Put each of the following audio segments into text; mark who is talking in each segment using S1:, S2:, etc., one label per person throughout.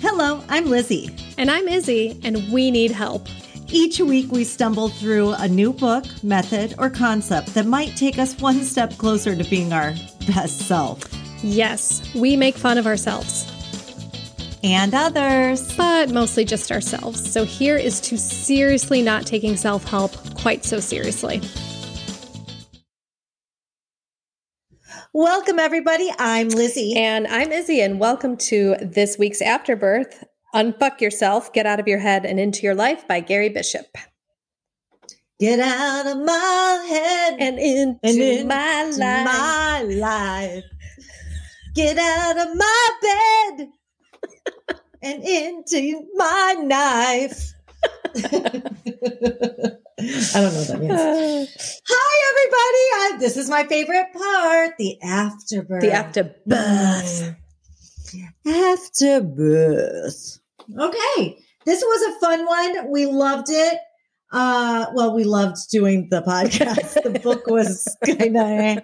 S1: Hello, I'm Lizzie.
S2: And I'm Izzy, and we need help.
S1: Each week, we stumble through a new book, method, or concept that might take us one step closer to being our best self
S2: Yes, we make fun of ourselves,
S1: and others.
S2: but mostly just ourselves. So here is to seriously not taking self help quite so seriously.
S1: Welcome, everybody. I'm Lizzie.
S2: And I'm Izzy, and welcome to this week's Afterbirth Unfuck Yourself, Get Out of Your Head and Into Your Life by Gary Bishop.
S1: Get out of my head
S2: And into
S1: And into
S2: my life.
S1: my life. Get out of my bed and into my knife. I don't know what that means.
S2: Uh,
S1: Hi, everybody. I, this is my favorite part the afterbirth.
S2: the Mm. afterbirth.
S1: Afterbirth. Okay. This was a fun one. We loved it. Uh, well, we loved doing the podcast. The book was kind of,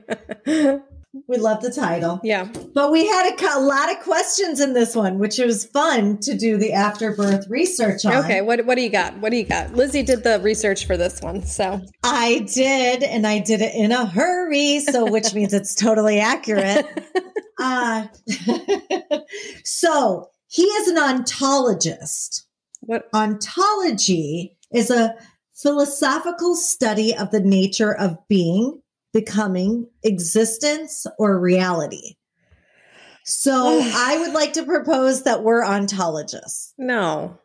S1: we loved the title.
S2: yeah.
S1: But we had a, co- a lot of questions in this one, which was fun to do the afterbirth research on.
S2: Okay. What What do you got? What do you got? Lizzie did the research for this one, so
S1: I did, and I did it in a hurry, so which means it's totally accurate. Uh, so he is an ontologist.
S2: what?
S1: Ontology is a philosophical study of the nature of being, becoming, existence, or reality. So I would like to propose that we're ontologists.
S2: No.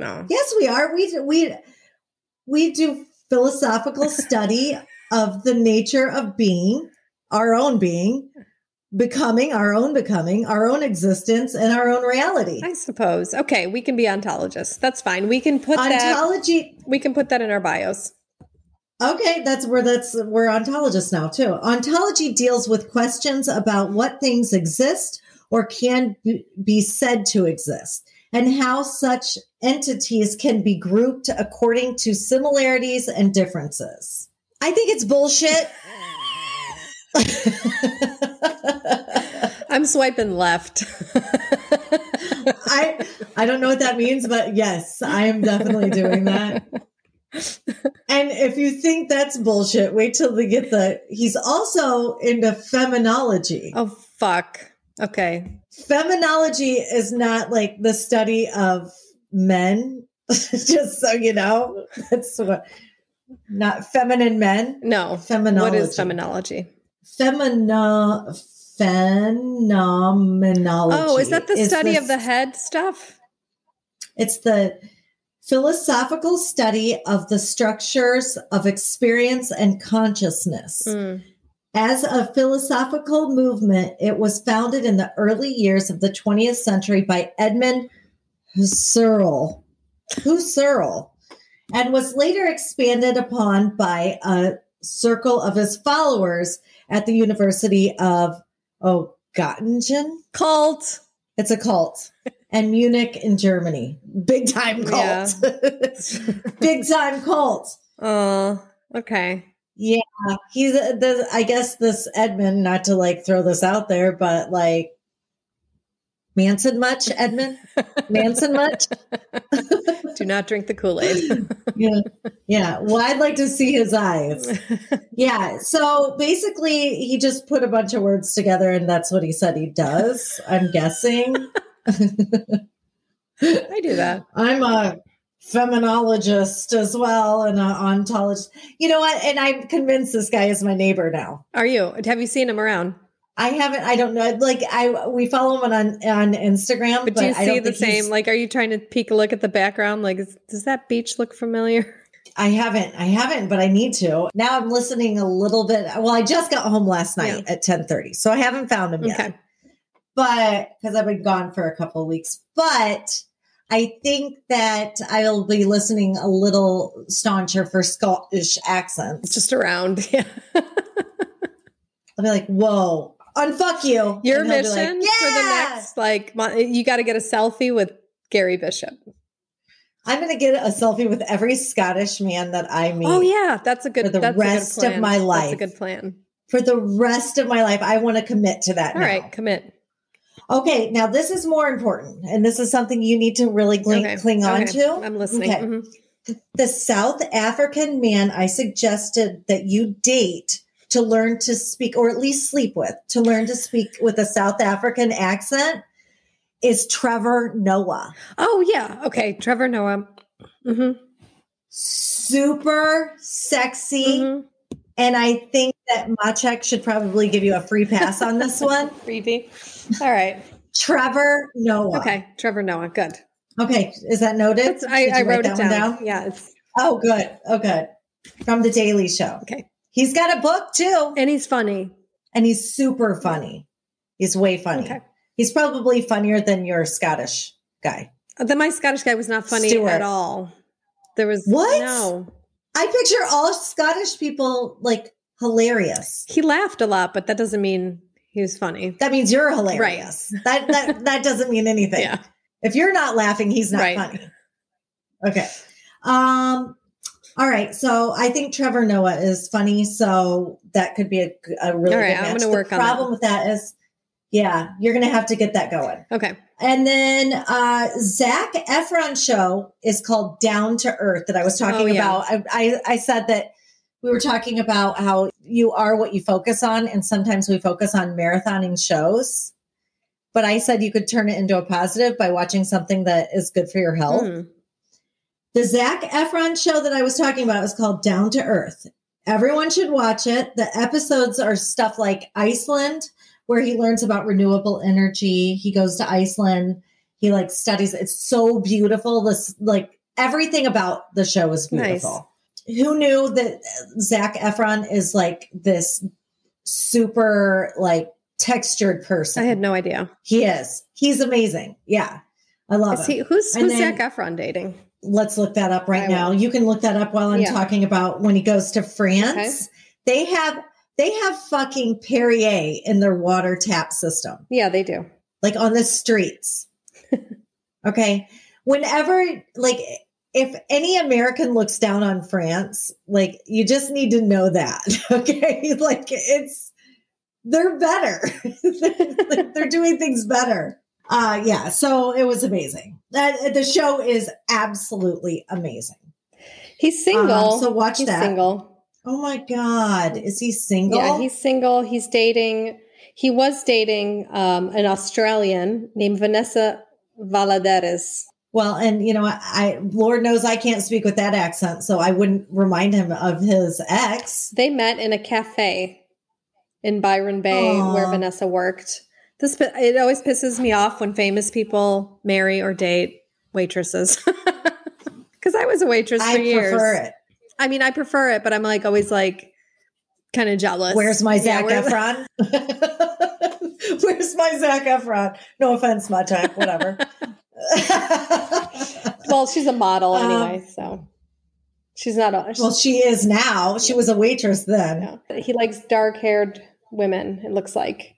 S2: No.
S1: Yes, we are. We we we do philosophical study of the nature of being, our own being, becoming, our own becoming, our own existence, and our own reality.
S2: I suppose. Okay, we can be ontologists. That's fine. We can put that.
S1: Ontology.
S2: We can put that in our bios.
S1: Okay, that's where that's we're ontologists now too. Ontology deals with questions about what things exist or can be- be said to exist and how such entities can be grouped according to similarities and differences. I think it's bullshit.
S2: I'm swiping left.
S1: I I don't know what that means, but yes, I am definitely doing that. And if you think that's bullshit, wait till they get the. He's also into feminology.
S2: oh fuck. Okay.
S1: Feminology is not like the study of men, just so you know. That's what, not feminine men.
S2: No.
S1: Feminology.
S2: What is feminology?
S1: Femino- phenomenology.
S2: Oh, is that the study of
S1: s-
S2: the head stuff?
S1: It's the philosophical study of the structures of experience and consciousness.
S2: Mm.
S1: As a philosophical movement, it was founded in the early years of the 20th century by Edmund Husserl, Husserl, and was later expanded upon by a circle of his followers at the University of oh Göttingen.
S2: Cult.
S1: It's a cult. And Munich in Germany. Big time cult.
S2: Yeah.
S1: Big time cult.
S2: Oh. Okay.
S1: Yeah, he's uh, the. I guess this Edmund, not to like throw this out there, but like Manson much, Edmund Manson much.
S2: Do not drink the Kool Aid.
S1: Yeah, yeah. Well, I'd like to see his eyes. Yeah. So basically, he just put a bunch of words together, and that's what he said he does. I'm guessing.
S2: I do that.
S1: I'm a feminologist as well, and an ontologist. You know what? And I'm convinced this guy is my neighbor now.
S2: Are you? Have you seen him around?
S1: I haven't. I don't know. Like I, we follow him on on Instagram.
S2: But
S1: But,
S2: do you
S1: I
S2: see
S1: don't
S2: the
S1: think he's-
S2: same? Like, are you trying to peek a look at the background? Like, is, does that beach look familiar?
S1: I haven't. I haven't. But I need to. Now I'm listening a little bit. Well, I just got home last night at 10:30, so I haven't found him yet.
S2: Okay.
S1: But because I've been gone for a couple of weeks, but I think that I'll be listening a little stauncher for Scottish accents.
S2: It's just around. Yeah.
S1: I'll be like, "Whoa, unfuck you."
S2: Your
S1: And he'll be like,
S2: mission for the next, like, mon- you got to get a selfie with Gary Bishop.
S1: I'm going to get a selfie with every Scottish man that I meet.
S2: Oh, yeah. That's a good
S1: For the
S2: that's
S1: rest
S2: a
S1: of
S2: good plan.
S1: my
S2: That's
S1: life.
S2: a good plan.
S1: for the rest of my life. I want to commit to that.
S2: All right. Commit.
S1: Okay, now this is more important, and this is something you need to really cling,
S2: Okay,
S1: cling on
S2: okay,
S1: to.
S2: I'm listening.
S1: Okay.
S2: Mhm.
S1: The South African man I suggested that you date to learn to speak, or at least sleep with, to learn to speak with a South African accent is Trevor Noah.
S2: Oh yeah. Okay. Trevor Noah. hmm
S1: Super sexy.
S2: Mm-hmm.
S1: And I think that Machek should probably give you a free pass on this one.
S2: Creepy. All right.
S1: Trevor Noah.
S2: Okay. Trevor Noah. Good.
S1: Okay. Is that noted?
S2: That's, I,
S1: Did you
S2: I
S1: write
S2: wrote
S1: that
S2: it
S1: one
S2: down. Yeah. It's,
S1: Oh, good. Oh, good. From the Daily Show.
S2: okay.
S1: He's got a book too,
S2: And he's funny.
S1: and he's super funny. He's way funny.
S2: Okay.
S1: He's probably funnier than your Scottish guy.
S2: Then my Scottish guy was not funny
S1: Stuart.
S2: at all. There was
S1: What?
S2: No.
S1: I picture all Scottish people like hilarious.
S2: He laughed a lot, but that doesn't mean he was funny.
S1: That means you're hilarious. That that that doesn't mean anything.
S2: Yeah.
S1: If you're not laughing, he's not
S2: Right.
S1: funny. Okay. Um all right, so I think Trevor Noah is funny, so that could be a, a really
S2: All right,
S1: good
S2: I'm
S1: match. the
S2: gonna work on that.
S1: problem with that is, yeah, you're going to have to get that going.
S2: Okay.
S1: And then uh, Zach Efron show is called Down to Earth that I was talking
S2: Oh, yeah.
S1: about. I, I, I said that we were talking about how you are what you focus on, and sometimes we focus on marathoning shows. But I said you could turn it into a positive by watching something that is good for your health.
S2: Mm.
S1: The Zach Efron show that I was talking about is called Down to Earth. Everyone should watch it. The episodes are stuff like Iceland, where he learns about renewable energy. He goes to Iceland. He like studies. It's so beautiful. This like everything about the show is beautiful. Who knew that Zach Efron is like this super like textured
S2: I
S1: person?
S2: had no idea.
S1: he is. He's amazing. Yeah, I love
S2: Is
S1: him
S2: he, who's
S1: And
S2: who's
S1: then-
S2: Zac Efron dating?
S1: let's look that up right
S2: I
S1: now. You can look that up while I'm
S2: Yeah.
S1: talking about when he goes to France. They have they have fucking Perrier in their water tap system,
S2: Yeah, they do.
S1: like on the streets. okay. Whenever like if any American looks down on France, like you just need to know that. Okay. like it's they're better. Like, they're doing things better. Uh yeah, so it was amazing. That the show is absolutely amazing.
S2: He's single.
S1: Um, so watch
S2: he's
S1: that.
S2: single.
S1: Oh my god, is he single?
S2: Yeah, he's single. He's dating. He was dating um, an Australian named Vanessa Valadares.
S1: well, and you know, I, I Lord knows I can't speak with that accent, so I wouldn't remind him of his ex.
S2: They met in a cafe in Byron Bay
S1: Aw.
S2: where Vanessa worked. This pi- it always pisses me off when famous people marry or date waitresses. Cuz I was a waitress
S1: I
S2: for years.
S1: prefer it.
S2: I mean, I prefer it, but I'm like always like kind of jealous.
S1: Where's my
S2: Yeah,
S1: Zach
S2: where-
S1: Efron? Where's my Zach Efron? No offense, my type, whatever.
S2: Well, she's a model
S1: Um,
S2: anyway, so she's not a
S1: well, she is now. She was a waitress then.
S2: No. He likes dark haired women, it looks like.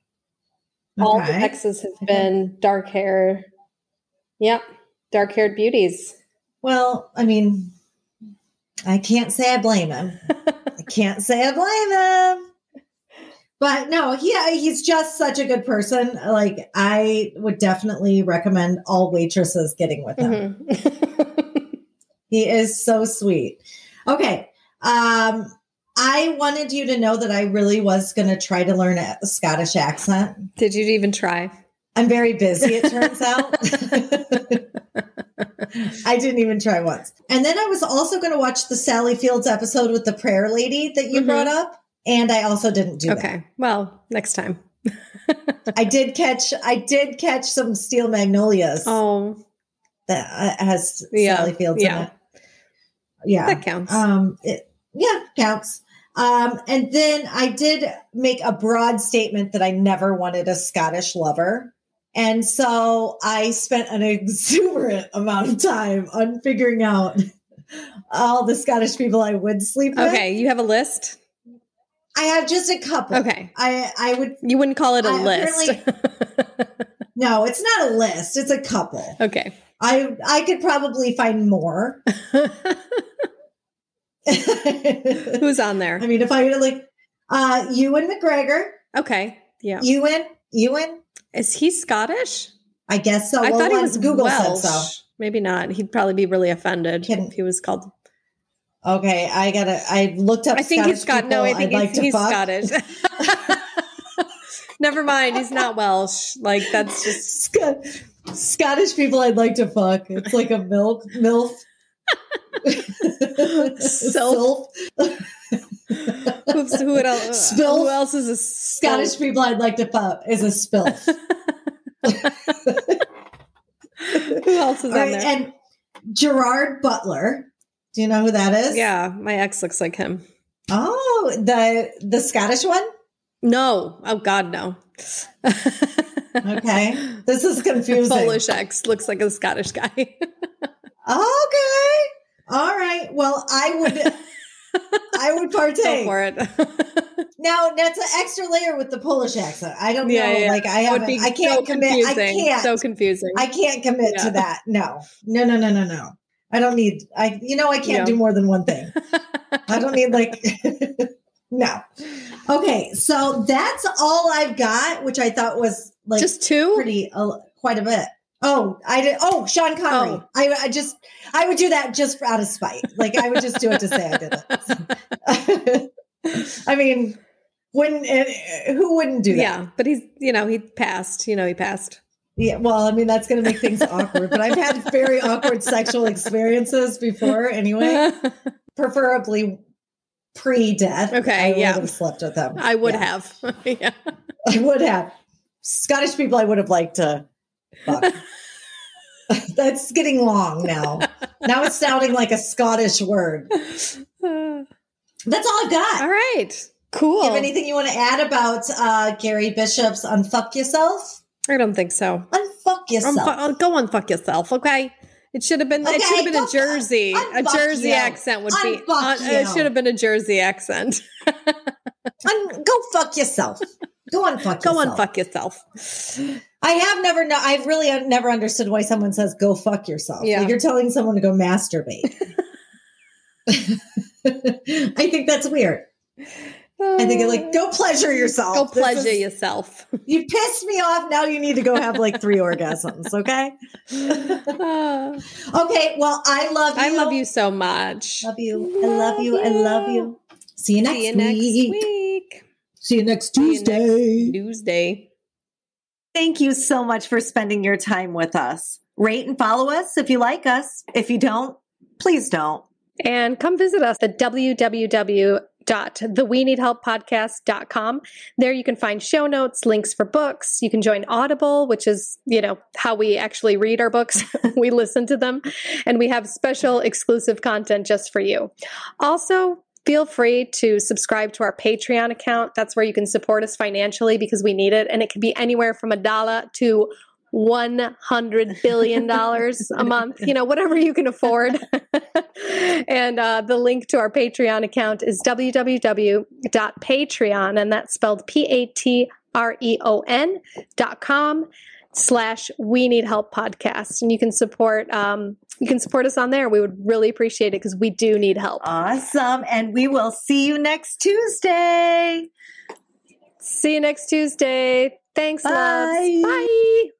S2: All the
S1: Okay.
S2: exes have been dark hair. Yep. Dark haired beauties.
S1: Well, I mean, I can't say I blame him. I can't say I blame him. But no, he he's just such a good person. Like I would definitely recommend all waitresses getting with him.
S2: Mm-hmm. Mhm.
S1: He is so sweet. Okay. Um I wanted you to know that I really was going to try to learn a Scottish accent.
S2: Did you even try?
S1: I'm very busy, it turns out. I didn't even try once. And then I was also going to watch the Sally Fields episode with the prayer lady that you
S2: Mhm.
S1: brought up. And I also didn't do
S2: okay. Well, next time.
S1: that. I did catch, I did catch some Steel Magnolias
S2: Oh,
S1: that uh, has
S2: Yeah,
S1: Sally Fields
S2: yeah.
S1: in it. Yeah.
S2: that counts.
S1: Um, it, yeah, counts. Um, and then I did make a broad statement that I never wanted a Scottish lover. And so I spent an exuberant amount of time on figuring out all the Scottish people I would sleep with.
S2: okay. You have a list?
S1: I have just a couple.
S2: Okay.
S1: I, I would,
S2: You wouldn't call it a
S1: I
S2: list.
S1: no, it's not a list. It's a couple.
S2: okay.
S1: I, I could probably find more. I
S2: Who's on there?
S1: mean, if I were to like, uh, Ewan McGregor,
S2: Okay. Yeah.
S1: Ewan, Ewan,
S2: Is he Scottish?
S1: I guess so.
S2: I
S1: Oh, Well,
S2: thought he
S1: once
S2: was
S1: Google
S2: Welsh.
S1: said so.
S2: Maybe not. He'd probably be really offended
S1: Kidding.
S2: if he was called.
S1: Okay, I gotta. I looked up.
S2: I think he's
S1: Scottish
S2: Scott. No, I
S1: people
S2: think
S1: I'd
S2: he's,
S1: like to
S2: he's
S1: fuck.
S2: Scottish. Never mind. He's not Welsh. Like that's just
S1: Sc- Scottish people I'd like to fuck. It's like a milk milf.
S2: Self. Oops, who, would el-
S1: Spilf.
S2: who else is a Scottish?
S1: Scottish people I'd like to fuck is a spilf.
S2: Who else is
S1: All
S2: on
S1: right,
S2: there?
S1: and Gerard Butler. Do you know who that is?
S2: yeah, my ex looks like him.
S1: Oh, the the Scottish one.
S2: No, oh God, no.
S1: Okay, this is confusing.
S2: Polish ex looks like a Scottish guy.
S1: Okay. All right. Well, I would. I would
S2: Go
S1: partake.
S2: for it.
S1: Now that's an extra layer with the Polish accent. I don't
S2: Yeah,
S1: know.
S2: yeah, yeah.
S1: Like I haven't. I can't
S2: so
S1: commit. I
S2: confusing.
S1: can't.
S2: So confusing.
S1: I can't commit to
S2: Yeah.
S1: that. No. No. No. No. No. No. I don't need. I. You know. I can't
S2: Yeah.
S1: do more than one thing. I don't need like. no. Okay. So that's all I've got, which I thought was like
S2: Just two?
S1: pretty uh, quite a bit. Oh, I did. Oh, Sean Connery.
S2: Oh.
S1: I, I just I would do that just for, out of spite. Like I would just do it to say I did it. I mean, wouldn't it, who wouldn't do that?
S2: yeah, but he's you know he passed. You know he passed.
S1: Yeah, well, I mean that's going to make things awkward. But I've had very awkward sexual experiences before,
S2: Uh-huh.
S1: anyway. Preferably pre-death. I
S2: Okay, yeah.
S1: would have slept with them.
S2: I would
S1: Yeah.
S2: have. yeah.
S1: I would have. Scottish people, I would have liked to. fuck. That's getting long now. Now it's sounding like a Scottish word.
S2: Uh,
S1: That's all I've got.
S2: all right. Cool.
S1: Do you have anything you want to add about uh, Gary Bishop's Unfuck Yourself?
S2: I don't think so.
S1: Unfuck
S2: Um,
S1: Yourself.
S2: fu- I'll go on fuck yourself, okay? It should have been.
S1: Okay,
S2: it should have been
S1: go
S2: a Jersey. A
S1: unfuck
S2: Jersey
S1: you.
S2: accent would be.
S1: Unfuck
S2: uh, it
S1: you.
S2: should have been a Jersey accent.
S1: Un- go fuck yourself. Go unfuck
S2: go
S1: yourself.
S2: on, fuck yourself.
S1: I have never know. I've really never understood why someone says "go fuck yourself."
S2: Yeah.
S1: Like you're telling someone to go masturbate. I think that's weird. I think it like go pleasure yourself.
S2: Uh, Go
S1: This
S2: pleasure
S1: is-
S2: yourself. Uh,
S1: You pissed me off. Now you need to go have like three orgasms. Okay.
S2: Uh,
S1: Okay. Well, I love you.
S2: I love you so much.
S1: Love you. I love you. I love you. See you next,
S2: See you next
S1: week.
S2: week.
S1: See you next
S2: See you next
S1: Tuesday.
S2: Tuesday.
S1: Thank you so much for spending your time with us. Rate and follow us if you like us. If you don't, please don't.
S2: And come visit us at www.theweneedhelppodcast.com. There you can find show notes, links for books. You can join Audible, which is, you know, how we actually read our books. we listen to them and we have special exclusive content just for you. Also, feel free to subscribe to our Patreon account. That's where you can support us financially because we need it. And it can be anywhere from a dollar to $100 billion a month, you know, whatever you can afford. and uh, the link to our Patreon account is www.patreon, and that's spelled P A T R E O N dot com slash we need help podcast and you can support um you can support us on there we would really appreciate it because we do need help
S1: Uh, Awesome. And we will see you next Tuesday.
S2: See you next Tuesday. Thanks,
S1: Bye.
S2: loves. Bye.